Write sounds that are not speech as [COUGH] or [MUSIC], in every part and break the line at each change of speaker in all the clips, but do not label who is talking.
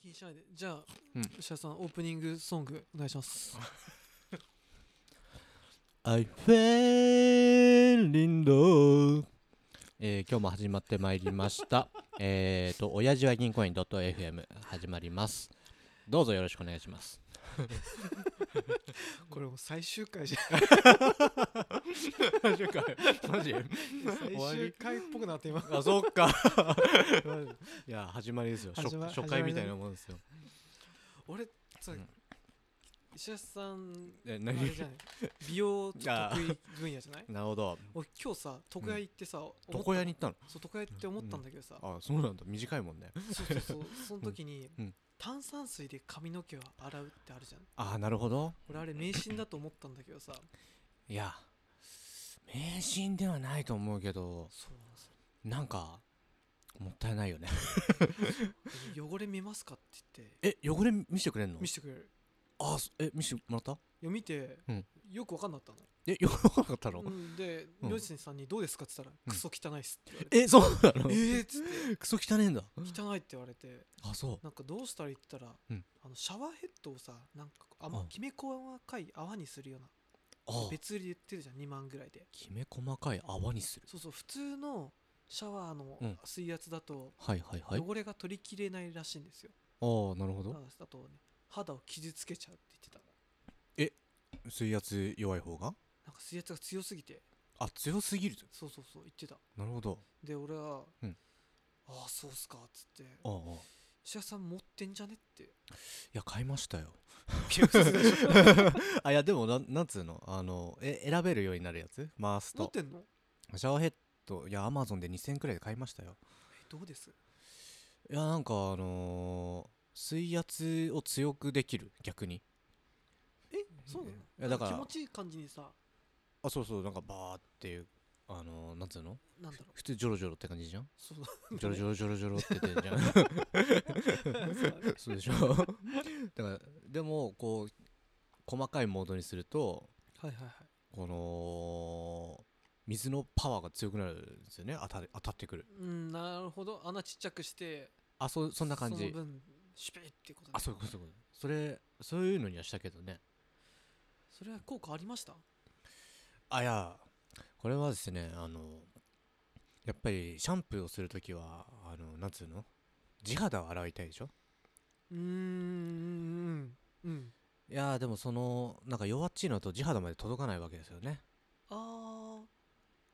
気にしないでじゃあ、
うん
石田さんオープニングソングお願いします
I fell in love えー今日も始まってまいりました。 [LAUGHS] えっと、親父は銀行員 .fm 始まります。どうぞよろしくお願いします。
[LAUGHS] これもう最終回じゃ
マジかマジ
ん最
終
終回っぽくなって今
[LAUGHS] あ、そっか。いや、始まりですよ。初
始ま
初
始ま
回
り
みたいなもんですよ。
[LAUGHS] 俺さ、
うん
石田さん
え、
あれ
何
じゃない美容ちょっと得意分野じゃない
なるほど。
俺今日さ床屋行ってさ、思った
床屋に行ったの
そう床屋って思ったんだけどさ、
あ、そうなんだ。短いもんね。
そうそう [LAUGHS] そうその時に、
うん
炭酸水で髪の毛を洗うってあるじゃん
あ、なるほど。
俺あれ迷信だと思ったんだけどさ
いや、迷信ではないと思うけど、
そうなんですよ
なんか、もったいないよね。
汚れ見ますかって言って
[LAUGHS] え、汚れ見せてくれんの
見せてくれる
あ、そえ、見せてもらった
いや見て、
うん
よく分かんなかったの
え、よ [LAUGHS] くわかんなかったの、
うん、で、
うん
両親さんに「どうですか?」って言ったら「
うん
クソ汚いっす」って言われて
え、そうなの
えーっつって
クソ汚ねえんだ。
汚いって言われて
あ、そう。
なんかどうしたらいいって言ったら、
うん
あのシャワーヘッドをさなんかあん
う
ま
ん
きめ細かい泡にするような
あ、
別売りで売ってるじゃん2万ぐらいで
きめ細かい泡にする。
そうそう普通のシャワーの
うん
水圧だと
はいはいはい。あ
汚れが取りきれないらしいんですよ、
ー、なるほ
だ
ど。
からだとね肌を傷つけちゃうって言ってた
水圧弱い方が
なんか水圧が強すぎて
あ、強すぎる。
そうそうそう言ってた
なるほど。
で俺は、
うん
ああそうっすかっつって
あーあー。い
石田さん持ってんじゃねって
や、買いましたよ。
結構でしょ
[LAUGHS] あ、いや、でも、なん、なんつうのあの、え、選べるようになるやつ回す
持って
と。
んの
シャワーヘッド、いや、アマゾンで2000くらいで買いましたよ。
えどうです
いや、なんか、あのー水圧を強くできる、逆に。
えそうなの
いやだから
気持ちいい感じにさ
あそうそうなんかバーっていうあのー、なんつうの
なんだろう
普通ジョロジョロって感じじゃん
そう
ジョロジョロジョロジョロって出るじゃ
[LAUGHS]
んそうでしょだからでもこう細かいモードにすると
はいはいはい
この水のパワーが強くなるんですよね当た当たってくる
うんなるほど穴ちっちゃくして
あそそんな感
その
じ
分シュペイっていうことね
あそういうことそういうことそれそういうのにはしたけどね
それは効果ありました
あいやこれはですねあのやっぱりシャンプーをするときはあのなんつうの地肌を洗いたいでしょ
うーんうんうん
いやーでもそのなんか弱っちいのだと地肌まで届かないわけですよね
ああ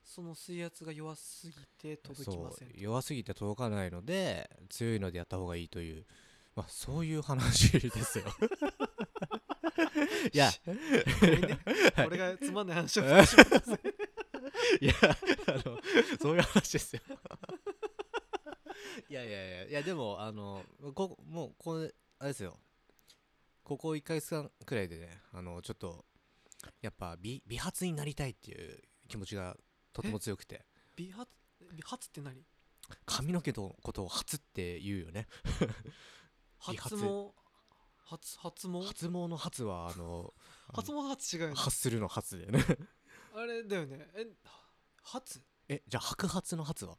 その水圧が弱すぎて届きません
そ
と
う弱すぎて届かないので強いのでやった方がいいと
[LAUGHS]
いうまあそういう話ですよいや
ごめん [LAUGHS] ね俺がつまんない話をしてしまったせい
いやあのそういう話ですよ [LAUGHS] いやいやいやいやでもあのこもうこれあれですよここ1ヶ月間くらいでねあのちょっとやっぱ美美髪になりたいっていう気持ちがとても強くて
美髪美髪って何
髪の毛のことを初って言うよね美
発
髪
毛発発毛
初毛の初はあの
発毛の発違うよね
発するの初だよね [LAUGHS]
あれだよねえ発
えじゃあ白髪の初は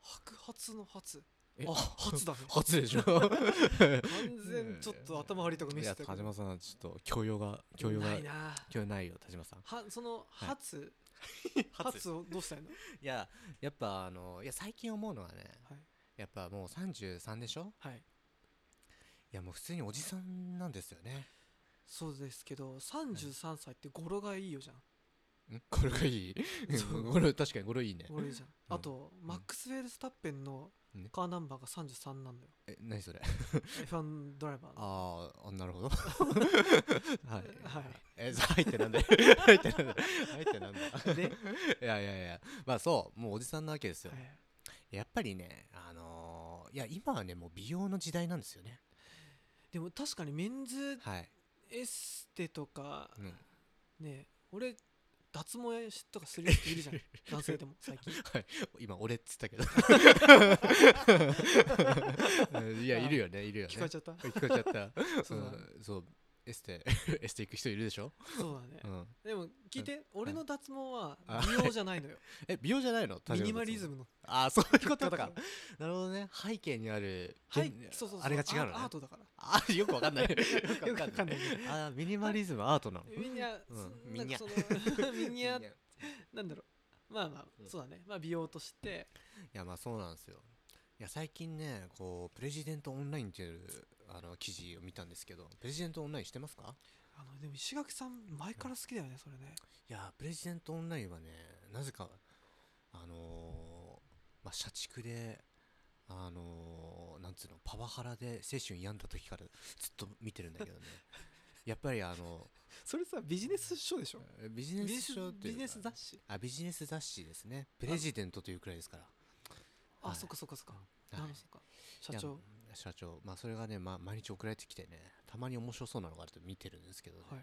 白髪の発
え
あ初
[LAUGHS]
だね
初でしょ
完全ちょっと頭張りとか見せて
いや田島さんちょっと教養が教養が
ないな
教養ないよ田島さん
はその
はい [LAUGHS]
発発をどうしたいの
いややっぱあのいや最近思うのはね
はい
やっぱもう33でしょ
はい
いやもう普通におじさんなんですよね
そうですけど33歳って語呂がいいよじゃん
んこれがいい
そう
[LAUGHS] これ確かにこれいいね
語呂いいじゃんあとマックス・ウェルスタッペンの
ね
カーナンバーが33なん
[LAUGHS]
だよ
え何それ
F1 ドライバーの
あーあな
[LAUGHS]
るほどはい
はい
え入っ
[LAUGHS]
てなんだ入ってなんだ入 [LAUGHS] ってなんだ
で
いやいやいやまあそうもうおじさんなわけですよ、
はい
やっぱりねあのーいや今はねもう美容の時代なんですよね
でも確かにメンズ
はい、
エステとか
うん、
ね俺脱毛とかする人いる
[LAUGHS]
じゃん男性でも最近
はい、今俺っ
[LAUGHS]
つったけどいやいるよねいるよね
聞こえちゃった
聞こえちゃった
[LAUGHS] そうだ
うんそうエステ [LAUGHS] エステ行く人いるでしょ、
そうだね、
うん、
でも聞いて、俺の脱毛は
あ
美容じゃない
[LAUGHS]
のよ
え美容じゃないの
ミニマリズム
ム
の
ああそういうこ
だ
とか
か
[LAUGHS] なるほどね背景にある
らはい
全
そうそうそう
あれが違うのね
アアートだから
あーよくわかんない [LAUGHS] よくわ
よくわ
か
か
ん
ん
な
ないい
あーミニマリズムアートなの
ミニャ、
うん
そ
ミニ
なんか
[LAUGHS] ャ
その [LAUGHS] ミニャ
いやい
なんだろうまあまあ、
うん
そうだねまあ美容として
やまあそうなんですよいや最近ねこうプレジデントオンラインっていうあの記事を見たんですけどプレジデントオンラインしてますか
あのでも石垣さん前から好きだよねそれね
いやプレジデントオンラインはねなぜかあのーまあ社畜であのーなんつうのパワハラで青春病んだ時からずっと見てるんだけど [LAUGHS] ねやっぱりあの
それさビジネス書でしょ
ビジ
ビ
ネ
ジネ
ス
ス
書ってい
ビ
う
ジ
か
ネス雑誌
あビジネス雑誌ですねプレジデントというくらいですから
あ、
はい
そっかそっかそっか、
はい
なるほどそっか社
いや
長
社長まあそれがね、ま、毎日送られてきてねたまに面白そうなのがあると見てるんですけどね、、
はいい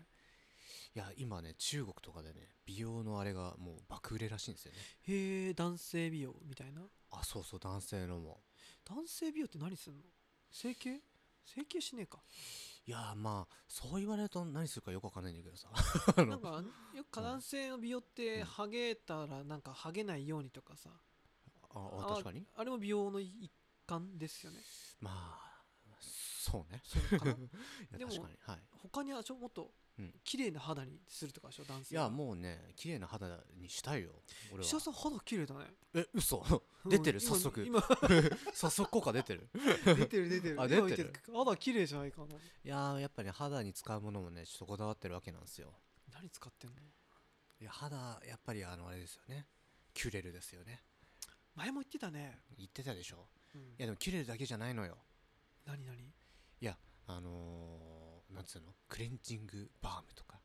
や今ね中国とかでね美容のあれがもう爆売れらしいんですよね
へえ男性美容みたいな
あそうそう男性のも
男性美容って何すんの整形整形しねえか
いやーまあそう言われると何するかよくわかんないんだけ
[LAUGHS]
どさの
なんかあよく
うん
男性の美容っ
うん
てハゲたらなんかハゲないようにとかさ
ああ
あ
確かに
あれも美容の一環ですよ
[LAUGHS]
ね
まあそうね
そうかな
い
で
や
も
確かにはい
他にはちょもっと
うん
綺麗な肌にするとかでしょ男
い
性は
やもうね綺麗な肌にしたいよ俺は
石田さん肌綺麗だね
え嘘 [LAUGHS] 出てる
うん
早速
今
早速効果出 [LAUGHS] てる
今出てる出てる
[LAUGHS] あ出てる
今見肌綺麗じゃないかない
やーやっぱり、ね、肌に使うものもねちょっとこだわってるわけなんですよ
何使ってんの
いや肌やっぱりあのあれですよねキュレルですよね
前も言ってたね、
言ってたでしょ
うん
いやでもキュレルだけじゃないのよ
何何
いやあのー、なんつうのクレンジングバームとか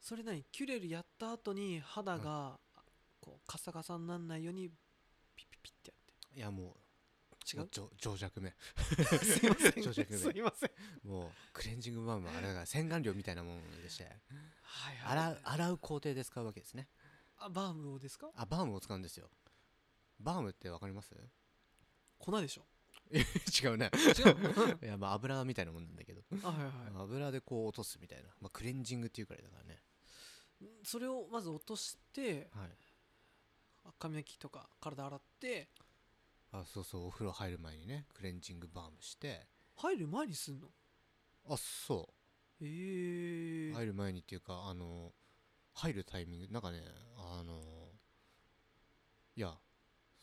それ何キュレルやった後に肌がこうカサカサにならないようにピッピッピッってやって
いやもう
違
も
う
じょ情弱め
[LAUGHS] すいません
長尺で
いません
もうクレンジングバームはあれだから洗顔料みたいなものでして
はいはい
洗う洗う工程で使うわけですね
あバームをですか
あバームを使うんですよバームってわかります [LAUGHS]
粉でしょ
違うね [LAUGHS]
違うの
いやまあ油みたいなもんなんだけど
あはいはい
油でこう落とすみたいな、まあ、クレンジングっていうくらいだからね
それをまず落として
はい
髪の毛とか体洗って
あそうそうお風呂入る前にねクレンジングバームして
入る前にすんの
あそ
ええ
う
ー
入る前にっていうかあの入るタイミングなんかねあのいや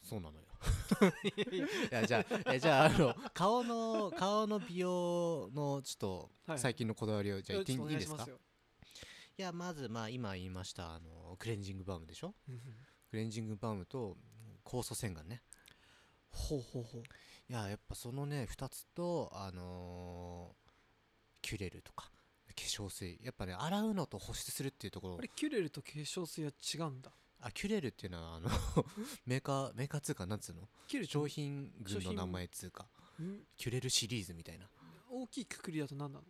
そ
[LAUGHS]
うなのよ
いやい
いやじゃあえじゃああの顔の顔の美容のちょっ
は
と
い
最近のこだわりをじゃ
や
あ言っていい
ちょとお
いい
願
で
し
す
ま
か
よ
いやまずまあ今言いましたあのクレンジングバームでしょ
うん
クレンジングバームと酵素洗顔ね
ほうほうほう
いややっぱそのね2つとあのーキュレルとか化粧水やっぱね洗うのと保湿するっていうところ
あれキュレルと化粧水は違うんだ
あキュレルっていうのはあの [LAUGHS] メーカーメーカー通貨なんつうの
キュレルって
商品群の
商品
名前通貨
ん
キュレルシリーズみたいな
大きいくくりだと何なの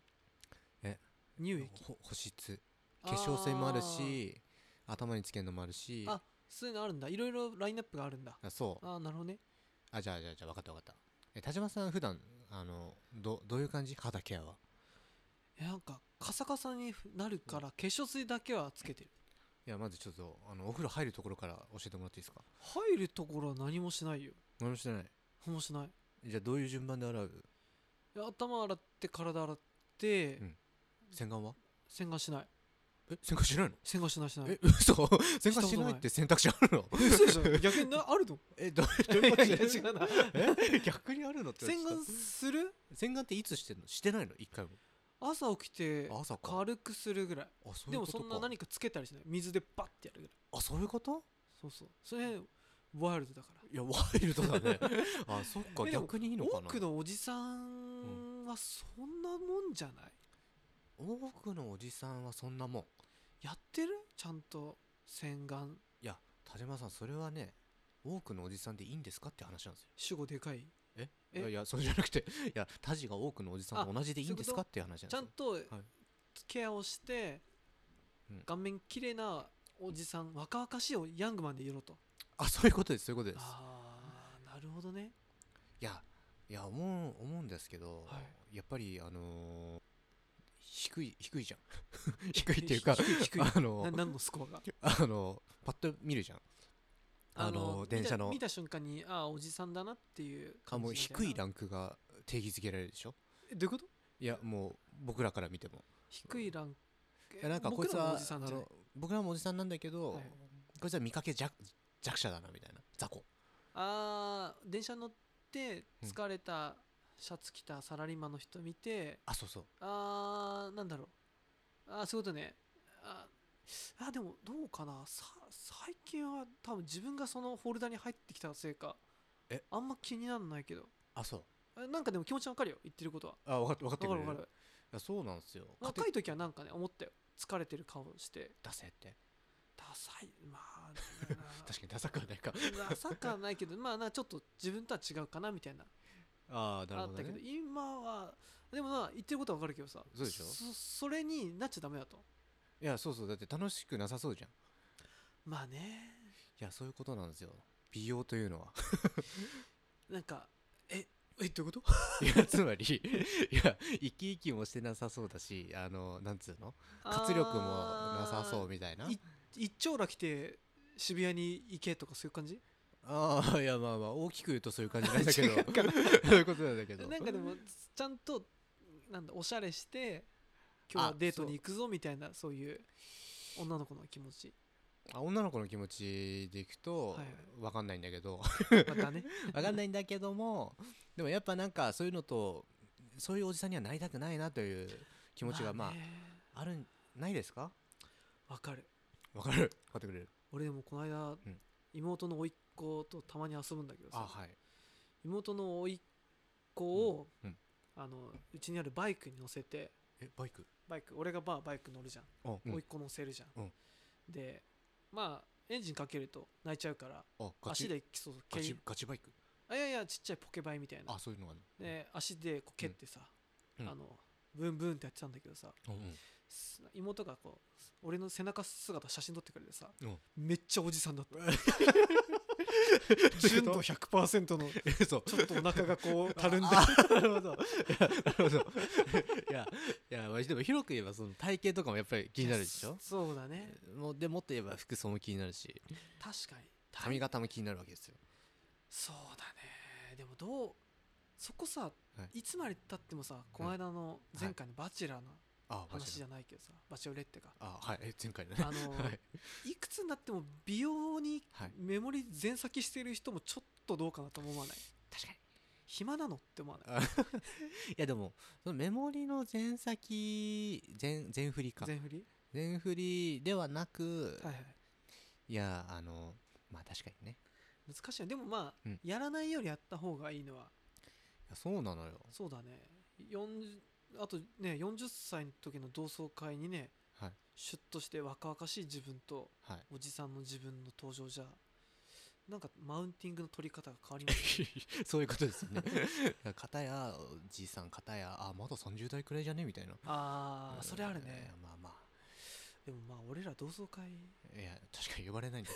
え
乳液
ほ保湿化粧水もあるし頭につけるのもあるし
あーあそういうのあるんだいろいろラインナップがあるんだ
あそう
ああなるほどね
あじゃあじゃあじゃあ分かった分かったえ田島さん普段あのどどういう感じ肌ケアは
えなんかカサカサになるから化粧水だけはつけてる
いやまずちょっとあのお風呂入るところから教えてもらっていいですか
入るところは何もしないよ
何もしてない
何もしない
じゃあどういう順番で洗う
いや頭洗って体洗って、
うん洗顔は
洗顔しない
え洗顔しないの
洗顔しないしない
え嘘 [LAUGHS] 洗顔しないって選択肢あるの
嘘でしょ逆
[LAUGHS]
になあるの
えどう
い
いう
や
こと
いや違うな
え逆にあるのっ
[LAUGHS]
て
洗顔
ちょっ
する
と洗顔っていつしてんのしてないの一回も
朝起きて
あ朝か
軽くするぐらい
あそうい
で
う
も
ことか
そんな何かつけたりしない水でバッてやるぐらい
あそういうこと
そうそうそれワイルドだから
いやワイルド
[LAUGHS]
だねあそっか
えでも
逆にいいのか
多
な
くのおじさんはそんなもんじゃない、
多くのおじさんはそんなもん
やってるちゃんと洗顔
いや田島さんそれはね多くのおじさんでいいんですかって話なんですよ
主語でかい
え
え
いやいやそうじゃなくていやタジが多くのおじさんと同じでいいんですか
あ
っていう話なんです
ちゃ
よ
んとケアをして、
うん
顔面綺麗なおじさん若々しいおヤングマンでいろと
あそういうことですそういうことです
ああなるほどね
いやいや思う思うんですけど、
は
やっぱりあのー低い低
[LAUGHS]
いじゃん低いっていうか
低い低い
あ
な
の
何のスコアが
あのパッと見るじゃんあの
見た
電車の
見た瞬間にああおじさんだなっていう
あ
感じ
もう
みた
低い
な
ランクが定義づけられるでしょ
えどういうこと
いやもう僕らから見ても
低いランク
いやなんかこい
僕
つ
らの
は
おじさん
あ
じゃない
の僕らもおじさんなんだけど、
はい
こいつは見かけ弱弱者だなみたいな雑魚
あー電車乗って
うん
疲れたシャツ着たサラリーマンの人見て、
あそうそう
あーなんだろうあーそういうことねああでもどうかなさ最近は多分自分がそのフォルダに入ってきたせいか
え
あんま気にならないけど
あそう
えなんかでも気持ちわかるよ言ってることは
あ分かって分かって
わ
く
か
れ
る
る
わかる
いやそうなんですよ勝
若
て
い時はなんかね思ったよ疲れてる顔して
出せって
ダサいまあ
[LAUGHS] 確かにダサくはないか
ダサくはないけどまあなちょっと自分とは違うかなみたいな
ああな
あっ
るほ
た
ど
けど
ね
今はでもな言ってることはわかるけどさ
そうでしょ
そそれになっちゃダメだと
いやそうそうだって楽しくなさそうじゃんい
まあね
やそういうことなんですよ美容というのは [LAUGHS]
なんかええどういうこと
いやつまりいや生き生きもしてなさそうだしあのなんつうの活力もなさそう
あ
みたいな
ー一丁羅来て渋谷に行けとかそういう感じ
ああいやまあまあ大きく言うとそういう感じなんだけど
[LAUGHS] 違うか
そういうことなんだけど
なんかでもちゃんとなんだおしゃれして今日はデートに行くぞみたいなそういう女の子の気持ち
あ女の子の気持ちでいくと、
はいはい
わかんないんだ
[LAUGHS]
けど
またね
わかんないんだけどもでもやっぱなんかそういうのとそういうおじさんにはなりたくないなという気
気
持ちがまあ、あるんないですか
わかる
わかるわかってくれる
俺でもこの間、
ん
妹の甥っ子とたまに遊ぶんだけどさ、
あはい
妹の甥っ子を、
うんうん
あのうちにあるバイクに乗せて
えバイク
バイク俺がバーバイク乗るじゃん、
あ、うん
甥っ子乗せるじゃん、
うん
でまあエンジンかけると泣いちゃうから
あガチ
足でそう
ガ
蹴
チ
り
ガチバイク
あいやいやちっちゃいポケバイみたいな
あそういうのがある
で足でこう蹴ってさ、
うん
あのブンブンってやってたんだけどさ
うんうん
す妹がこう俺の背中姿写真撮ってくれてさ、
うん
めっちゃおじさん [LAUGHS] だった
純
純
度
度100%の
えそう
ちょっとお腹が [LAUGHS] こうたるんで
あなるほど [LAUGHS] いやなるほど [LAUGHS] いやいやまあでも広く言えばその体型とかもやっぱり気になるでしょ
そうだね
もうでもっと言えば服装も気になるし
確かに
髪型も気になるわけですよ
そうだねでもどうそこさ、、
はい
つまでたってもさこの間の
い
前回の「バチェラー」の
あマジで
話じゃないけどさ、バチェロレッテか
あはいえ前回のね
あ
[LAUGHS]
の、
はい
い、くつになっても美容に
はい
メモリ全先してる人もちょっとどうかなとも思わない
確かに
暇なのって思わない
あいやでもそのメモリの前先前前振りか
全振り
前振りではなく、
はいはい
い、やあのまあ確かにね
難しいよでもまあ、
うん
やらないよりやった方がいいのはい
やそうなのよ
そうだね40あとね40歳の時の同窓会にね
はい
シュッとして若々しい自分と
はい
おじさんの自分の登場じゃなんかマウンティングの取り方が変わります
[LAUGHS] そういうことです [LAUGHS] よねかたやおじいさんかたやあまだ30代くらいじゃねみたいな
あ
う
あ
ん
それある
い
ね
やまあまあ
でもまあ俺ら同窓会
いや確かに呼ばれないんだ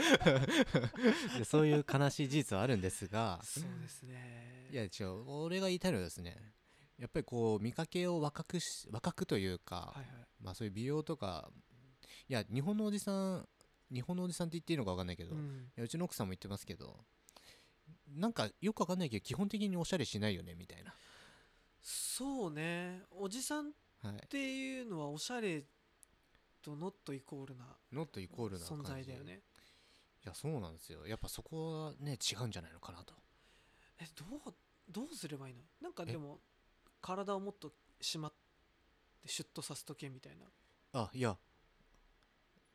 けど [LAUGHS] でそういう悲しい事実はあるんですが
そうですね
いや違う俺が言いたいのはですねやっぱりこう見かけを若くし若くというか、
はいはい
まあそういう美容とかいや日本のおじさん日本のおじさんって言っていいのか分かんないけど、
う
い
ん
やうちの奥さんも言ってますけどなんかよく分かんないけど基本的におしゃれしないよねみたいな、
そうねおじさんっ
はい、
ていうのはおしゃれとノットイコールな
ノットイコールな感
存
じ
在だよね
いやそうなんですよやっぱそこはね違うんじゃないのかなと
えどうどうすればいいのなんか
え
でも体をもっと締まってシュッとさせとけみたいな
あいや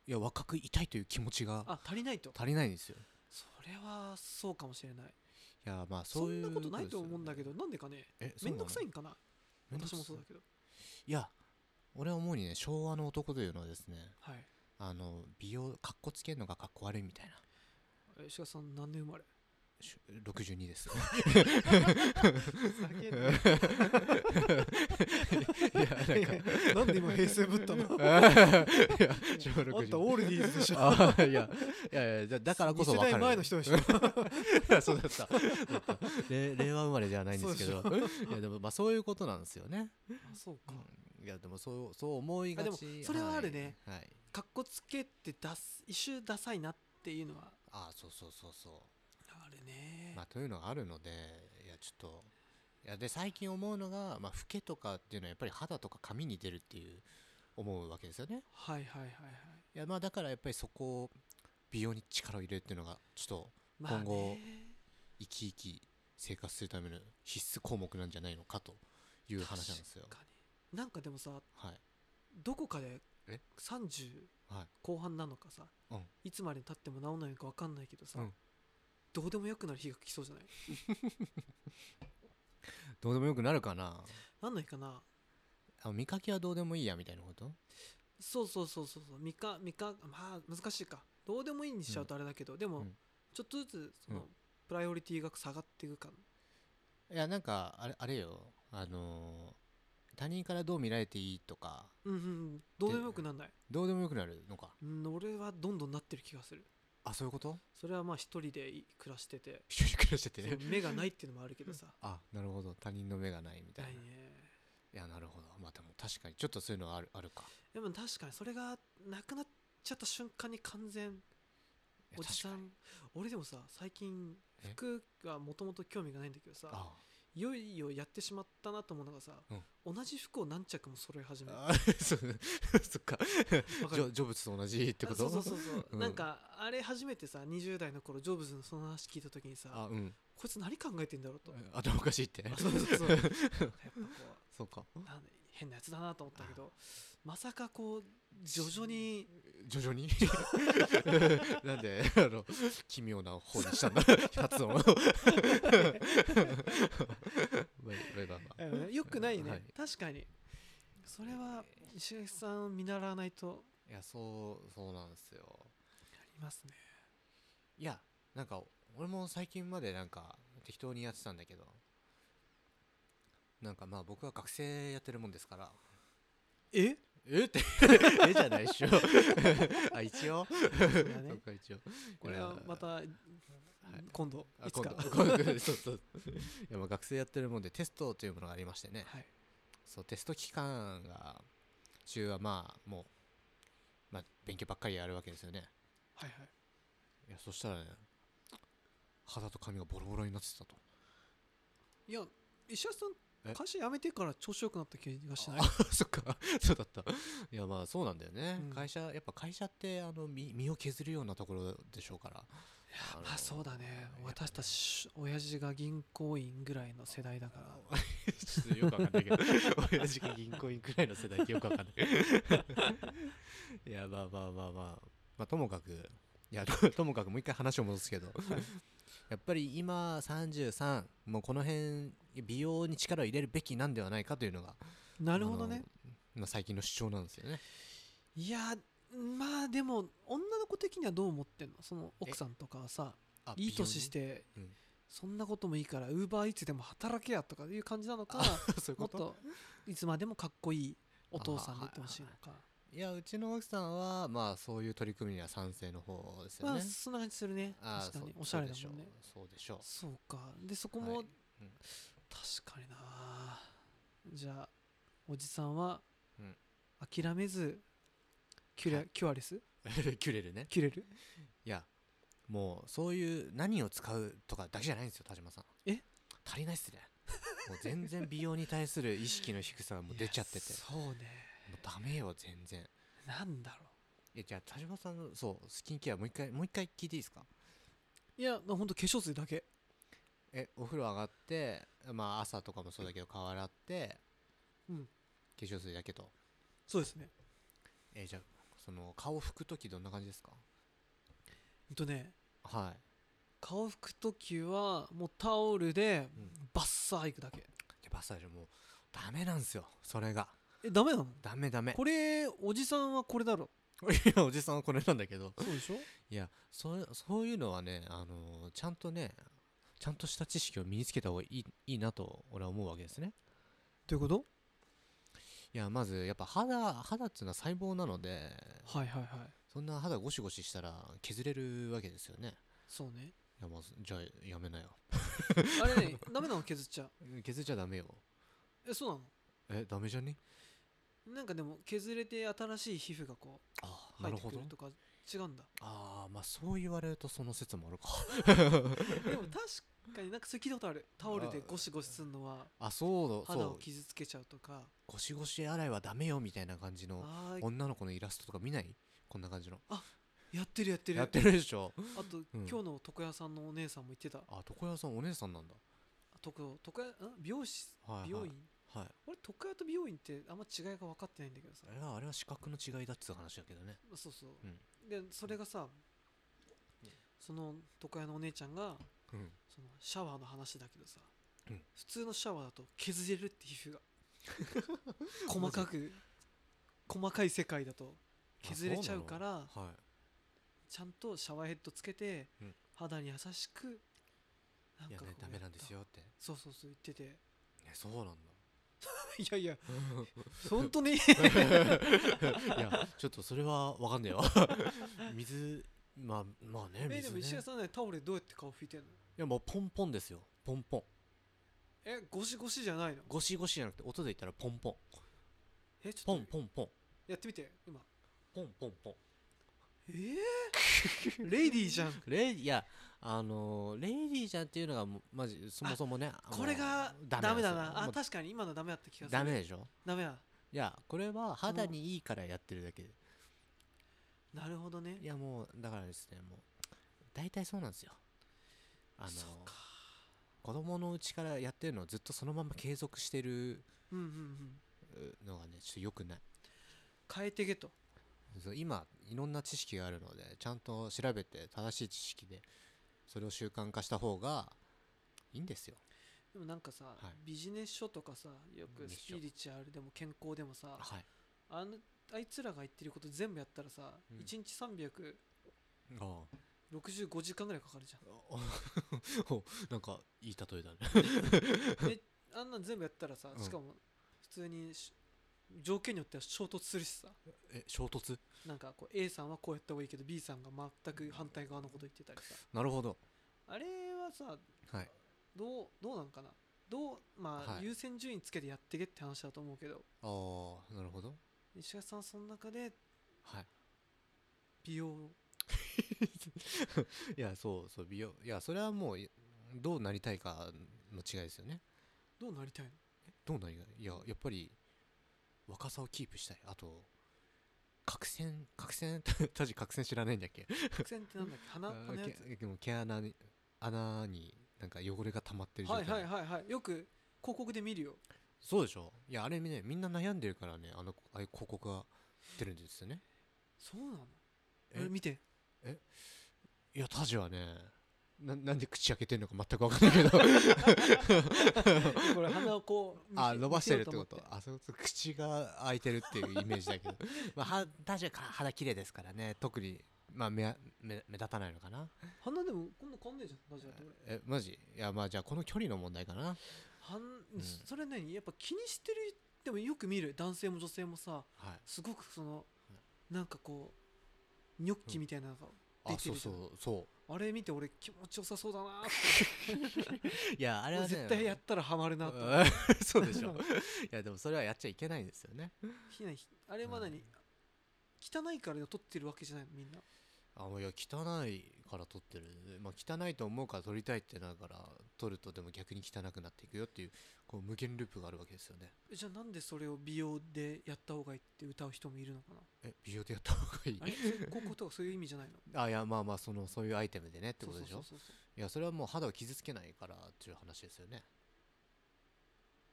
いや若くいたいという気持ちが
あ足りないと
足りないんですよ
それはそうかもしれない
いやまあ
そ
そうんい
な
う
ことないと
ですよね
思うんだけどなんでかね
えそ
め
うん
どくさい
なん
かな
のめんど
私
くさい
もそうだけど
いや俺は思うにね昭和の男というのはですね
はい
あの美容かっこつけるのがかっこ悪いみたいな
え石川さん何年生まれ
し62です [LAUGHS]
い
いや
や
なんか
なんで今平成ぶった
[LAUGHS]
のあ
いや昭和
んた
60
オールディーズでしょ
あいやいやいやだだからこそ
二
分
世代
かる
前の人でしょ
いや [LAUGHS] そうだったそうだったれ令和生まれではないんですけどいやでもまあそういうことなんですよね
あそうか
うんいやでもそうそう思いがち
あでもそれはあるね
はい、はい
かっこつけて出す一周ダサいなっていうのは
ああそうそうそうそう
あるね、
まあ、というのがあるのでいやちょっといやで最近思うのが、まあ、老けとかっていうのはやっぱり肌とか髪に出るっていう思うわけですよね
はいはいはいはい
いやまあだからやっぱりそこを美容に力を入れるっていうのがちょっと
まあね
今後生き生き生活するための必須項目なんじゃないのかという話なんですよ
確かになんかでもさ
はい
どこかで
え
30
はい
後半なのかさ、
うん
いつまで経っても治んないのか分かんないけどさ、
うん
どうでもよくなる日が来そうじゃない
どうでもよくなるかな
なんないかな
あ見かけはどうでもいいやみたいなこと
そうそうそうそうそう三日三日まあ難しいかどうでもいいにしちゃうとあれだけど、でも、
うん
ちょっとずつその、
うん
プライオリティが下がっていくか
いやなんかあれあれよあのー他人からどう見られていいとか
うんうんうんどうでもよくなんない、
どうでもよくなるのか
うん、俺はどんどんなってる気がする
あそういうこと
それはまあ一人でい暮らしてて
一人暮らしてて
そう
ね
目がないっていうのもあるけ
[LAUGHS]
どさ
あなるほど他人の目がないみたい
な
ない
ね
いやなるほどまあでも確かにちょっとそういうのはあるあるか
でも確かにそれがなくなっちゃった瞬間に完全
いや
おじさ
確かに
ん俺でもさ最近
え
服がもともと興味がないんだけどさ
あ
いよいよやってしまったなと思うのがさ、同じ服を何着も揃え始めるわ
あ [LAUGHS] ーそうそっか
か
ジ
る
ョジョブズと同じってこと
あそうそうそうそう、
うん
なんかあれ初めてさ20代の頃ジョブズのその話聞いた時にさ
あうん
こいつ何考えてんだろうと、
頭おかしいって
あそうそうそうやっぱこ
そう
[LAUGHS]
か
うなん変なやつだなと思ったけどまさかこう徐々に
徐々に [LAUGHS] なんであの奇妙な方にしたんだ
[LAUGHS]
発音をまあまあまあまあ
よくないね、
はい
確かにそれは石垣さん見習わないと
いやそうそうなんですよ
やりますね
いやなんか俺も最近までなんか適当にやってたんだけどなんかまあ僕は学生やってるもんですから
え
えって [LAUGHS] えじゃないっ
[LAUGHS]
しょあ一応
そうだ
そ
ね
っか一応
これはまた今度
あ
いつ
今度
か
今度 [LAUGHS] そうそういやまあ学生やってるもんでテストというものがありましてね
はい
そうテスト期間が中はまあもう、まあ、勉強ばっかりやるわけですよね
はいはい
いやそしたらね肌と髪がボロボロになってたと [LAUGHS]
いや石橋さん
え
会社辞めてから調子良くなった気がしない
あそっか [LAUGHS] そうだったいやまあそうなんだよね、
うん
会社やっぱ会社ってあの身身を削るようなところでしょうからあの
まあそうだね
やっぱ
私たち親父が銀行員ぐらいの世代だから
あのちょっとよくわかんないけど親父が銀行員くらいの世代ってよくわかんないいやまあまあまあまあまあともかくいやとともかくもう一回話を戻すけどやっぱり今33もうこの辺美容に力を入れるべきなんではないかというのが
なるほどね
あの、まあ、最近の主張なんですよね
いやまあでも女の子的にはどう思ってんのその奥さんとかはさ
あ
いい年して
美容にうん
そんなこともいいからウーバーイーツでも働けやとかいう感じなのか
そういう
も
こ
っ
と
といつまでもかっこいいお父さんでいてほしいのか
いやうちの奥さんはまあそういう取り組みには賛成の方ですよ
ま
ね
あ、そんな感じするね
あー
確かに
そう
おしゃれだもんね
そうでしょうそうでしょう
そうかでそこ
は
も
いうん
確かになじゃあおじさんは
うん
諦めずキュレ、
はい
キュアレス
キュレルね
キュレル
いやもうそういう何を使うとかだけじゃないんですよ田島さん
え
足りないっすねもう全然美容に対する意識の低さがもう出ちゃって
い
て
や [LAUGHS] そうね
もうダメよ全然
なんだろ
いやじゃあ田島さんのそうスキンケアもう一回もう一回聞いていいですか
ういやほんと化粧水だけ
えお風呂上がってまあ朝とかもそうだけど顔洗って
うん
化粧水だけと
そうですね
えじゃあその顔拭く時どんな感じですか
ほんとね
はい
顔拭く時はもうタオルで
うん
バッサーいくだけ
じゃあバサージュもうダメなんですよそれが
えダメなの
ダメダメ
これおじさんはこれだろ
[LAUGHS] いやおじさんはこれなんだけど
そうでしょ
いやそうそういうのはね、あのーちゃんとねちゃんとした知識を身につけた方がいいいいなと俺は思うわけですね
ということ
いやまずやっぱ肌肌っていうのは細胞なので
はいはいはい
そんな肌ゴシゴシしたら削れるわけですよね
そうね
いやもうじゃあやめなよ
あれねダメなの削っちゃう
削っちゃダメよ
えそうなの
えダメじゃね
なんかでも削れて新しい皮膚がこ
あ
う入ってくるとか違うんだ
ああまあそう言われるとその説もあるか
でも確かになんかそれ聞いたことあ
[LAUGHS]
るタオルでゴシゴシするのは
あそうだそ
肌を
う
傷つけちゃうとか
ゴシゴシ洗いはダメよみたいな感じの
あー
女の子のイラストとか見ないこんな感じの
やってるやってる
やってるでしょ
あと、
うん
今日の床屋さんのお姉さんも言ってた
あ床屋さんお姉さんなんだ
床床屋ん美容師
はい、はい、
美容院
はい
俺床屋と美容院ってあんま違いが分かってないんだけどさ
あれはあれは視覚の違いだっつう話だけどね
そうそう
う、ん
でそれがさその床屋のお姉ちゃんが
うん
そのシャワーの話だけどさ、
うん
普通のシャワーだと削れるって皮
[LAUGHS]
膚が細かく細かい世界だと削れちゃうから
はい
ちゃんとシャワーヘッドつけて、
うん
肌に優しくない
や
こ
ね
う
ダメなんです
やっ
よって
たそうそうそう言って
[LAUGHS]
て
ねそう
[LAUGHS]
なんだ
いやい
[LAUGHS]
や本当に
いやちょっとそれはわか [LAUGHS] んないよ水まあまあね
えで
水
も
ね
石
い
田さんねタオルでどうやって顔拭いてんの
やもうポンポンですよポンポン
えゴシゴシじゃないの
ゴシゴシじゃなくて音で言ったらポンポン
えち
ポ
ょっ
ン
と
ポンポン
やってみて今
ポンポンポン
えー、 [LAUGHS] レイディーじゃん
レイディいやあのーレイディーちゃんっていうのがもうまじそもそもねあのー
これがダ
ん
メ
ですよ
だな
も
あ
う
確かに今のダメだった気がする
ダメでしょ
ダメだ
いやこれは肌にいいからやってるだけで
なるほどね
いやもうだからですねもう大体そうなんですよあのー
そうか
子供のうちからやってるのをずっとそのまま継続してる
うんうんうん
うのがねちょっと良くない
変えてけと
そう今いろんな知識があるのでちゃんと調べて正しい知識でそれを習慣化した方がいいんですよ
でもなんかさ、
い
ビジネス書とかさよく
ビジネ
ス
ス書
ピリチュアルでも健康でもさ
はい
あのあいつらが言ってること全部やったらさ、
うん
一1
ああ
日365時間ぐらいかかるじゃ
おなんかいい例えだね
んえあんなん全部やったらさ
うん
しかも普通にし条件によっては衝突するしさ
え衝突
なんかこう A さんはこうやった方がいいけど B さんが全く反対側のこと言ってたりさ
なるほど
あれはさ
はい
どうどうなんかなどうまあ、
はい
優先順位つけてやってけって話だと思うけど
ああなるほど
石川さんその中で
はい
美容を
いやそうそう美容いやそれはもういどうなりたいかの違いですよね
どうなりたいの
どうなりたいいややっぱり若さをキープしたいあと角栓角 [LAUGHS] 栓タジ角栓知らないんだっけ
白線ってなんだっけ鼻
あ
鼻
ー
や
けでも毛穴に穴になんか汚れが溜まってる
つ
状
は
態、
いはいはいはいよく広告で見るよ
そうでしょいやあれねみんな悩んでるからねあのああいう広告が出るんですよね
そうなの
え
俺見て
いやタジはねななんで口開けてんのか全く分かんないけど
これ鼻をこう
[LAUGHS] あ
見
伸ばしてるってこと
見せよう思
あそうそう口が開いてるっていうイメージ
[LAUGHS]
だけどまあはタジはか肌綺麗ですからね特にまあ目あ目目立たないのかな
て鼻でもこんな変わんねえじゃんマジだって俺
えマジいやまあじゃあこの距離の問題かな
はん、
ん
それ何やっぱ気にしてるでもよく見る男性も女性もさ
はい
すごくそのなんかこうニョッキみたいなのが
あ
出て
そう
るじ
そ
ゃん
うそ
あれ見て俺気持ちよさそうだなーって
ういやあれはね
絶対やったらハマるなと思って
うん [LAUGHS] そうでしょいやでもそれはやっちゃいけないんですよね
ひなひあれは何、
うん
汚いから撮ってるわけじゃないのみんな
あもういや汚いから撮ってる、まあ、汚いと思うから撮りたいってだから撮るとでも逆に汚くなっていくよっていうこう無限ループがあるわけですよね
えじゃあなんでそれを美容でやった方がいいって歌う人もいるのかな
え美容でやった方がいい
あれそういう広告とかそういう意味じゃ
[LAUGHS]
ないのっ
あいやまあまあそのそういうアイテムでねってことでしょ
そうそうそうそう
いやそれはもう肌を傷つけないからっていう話ですよね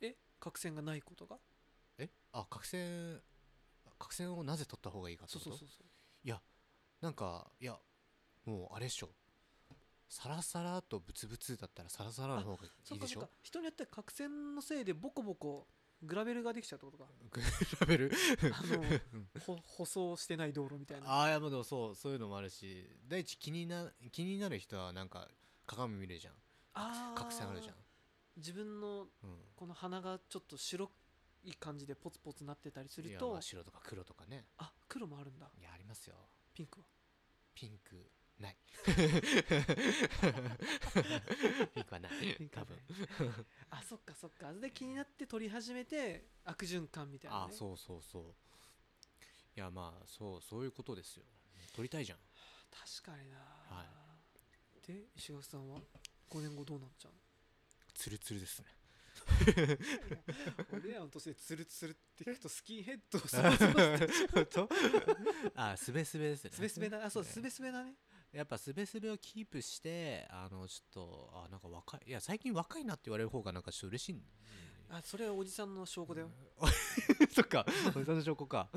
え角栓がないことが
えあ角栓角栓をなぜ撮った方がいいかって
そう
こと
そうそうそう
なんかいやもうあれっしょサラサラとブツブツだったらサラサラの方がい
そ
いうで
か
し
そう
ょ
か人によっては角栓のせいでボコボコグラベルができちゃうってことか
[LAUGHS] 比べる
あのほ舗装してない道路みたいな
ああいやまあでもそうそういうのもあるし第一気にな気になる人はなんか鏡見るじゃん
あー
角栓あるじゃん、
自分の
うん、
この鼻がちょっと白い感じでポツポツなってたりする
いやま
と
あ白とか黒とかね
あ黒もあるんだ
いやありますよ
ピンクは
[LAUGHS] ピンクないピークはない多分
[LAUGHS] あそっかそっかで気になって取り始めて悪循環みたいな、ね、
あそうそうそういやまあそうそういうことですよ撮りたいじゃん
確かにな、
は
で石垣さんは5年後どうなっちゃう
ツルツルですね
の [LAUGHS] 俺らの年でツルツルって聞くとスキンヘッドを想像 [LAUGHS] して
と [LAUGHS] あすべすべですね
スベスベだあそう
ね
スベスベだね
やっぱすべすべをキープしてあのちょっとあなんか若いいや最近若いなって言われる方がなんかちょっと嬉しいん
あそれはおじさんの証拠だよ、
[LAUGHS] そっかおじさんの証拠か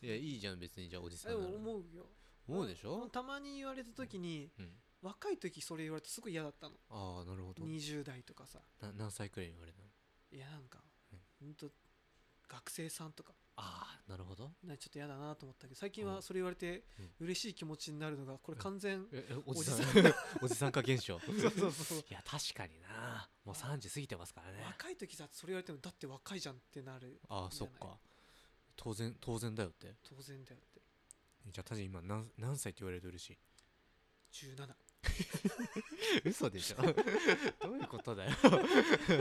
いやいいじゃん別にじゃあおじさん
で
な
も
ら
思うよ
思うでしょ、
たまに言われた時に
うん、
若い時それ言われてすごい嫌だったの
ああなるほど
20代とかさ
な何歳くらいに言われたの
いやなんか
うん
ほんと学生さんとか
ああなるほど
なちょっと嫌だなと思ったけど最近
う
は
ん
それ言われて
うん
嬉しい気持ちになるのがこれ完全
ええお
お
じ
じ
さ
さ
ん
ん
[LAUGHS] おじさん化現象い
[LAUGHS] そうそうそう
や確かになもう30過ぎてますからね
若い時さそれ言われてもだって若いじゃんってなる
ああ
じ
そ
ゃ
っ
ない
か当然当然だよって
当然だよって
じゃあ確かに今何何歳って言われると嬉しい
17
嘘でしょ [LAUGHS] どういうこと [LAUGHS] だよ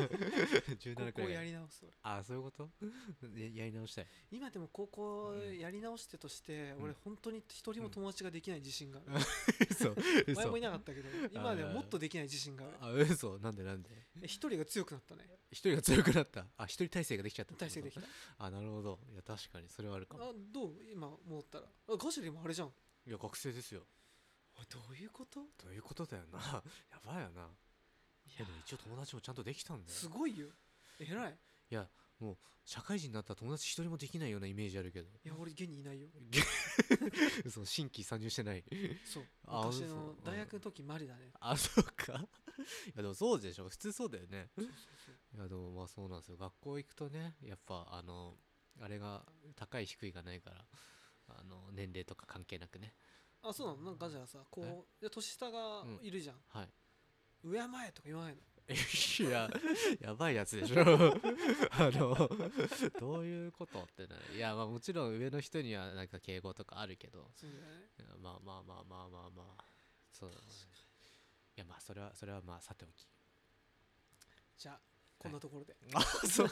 17
高
く
校
ら
や
い
り直す俺
ああそういうことややり直したい
今でも高校
うん
やり直してとして
うん
俺本当に一人も友達ができない自信がある
嘘
前
嘘
もいなかったけ
[LAUGHS]
ど今ではもっとできない自信がある
あ嘘なんでなんで
え一人が強くなったね
一人が強くなったあ一人体制ができちゃったって
体
こと
制できた
あなるほどいや確かにそれはあるかも
あどう今戻ったらあガジュリもあれじゃん
いや学生ですよ
おいどういうことい
どういうことだよな [LAUGHS] やばいよなでも一応友達もちゃんとできたんだよ
すごいよえらい
いやもう社会人になったら友達一人もできないようなイメージあるけど
いや俺現にいないよ
[LAUGHS] その新規参入してない
そう
あ
私
嘘
の大学の時マリだね
[LAUGHS] あそうかいやでもそうでしょ普通そうだよね
そうそう
いやでもまあそうなんですよ学校行くとねやっぱあのあれが高い低いがないからあの年齢とか関係なくね
そうあそうなのなんかガジュラさこうで年下が
うん
いるじゃん
はい [LAUGHS]
上前とか言わないの
いややばいやつでしょ [LAUGHS] あのどういうことってないやまあもちろん上の人にはなんか敬語とかあるけど
そうだよね
いやまあまあまあまあまあまあそうだねいやまあそれはそれはまあさておき
じゃあこんなところで
あそう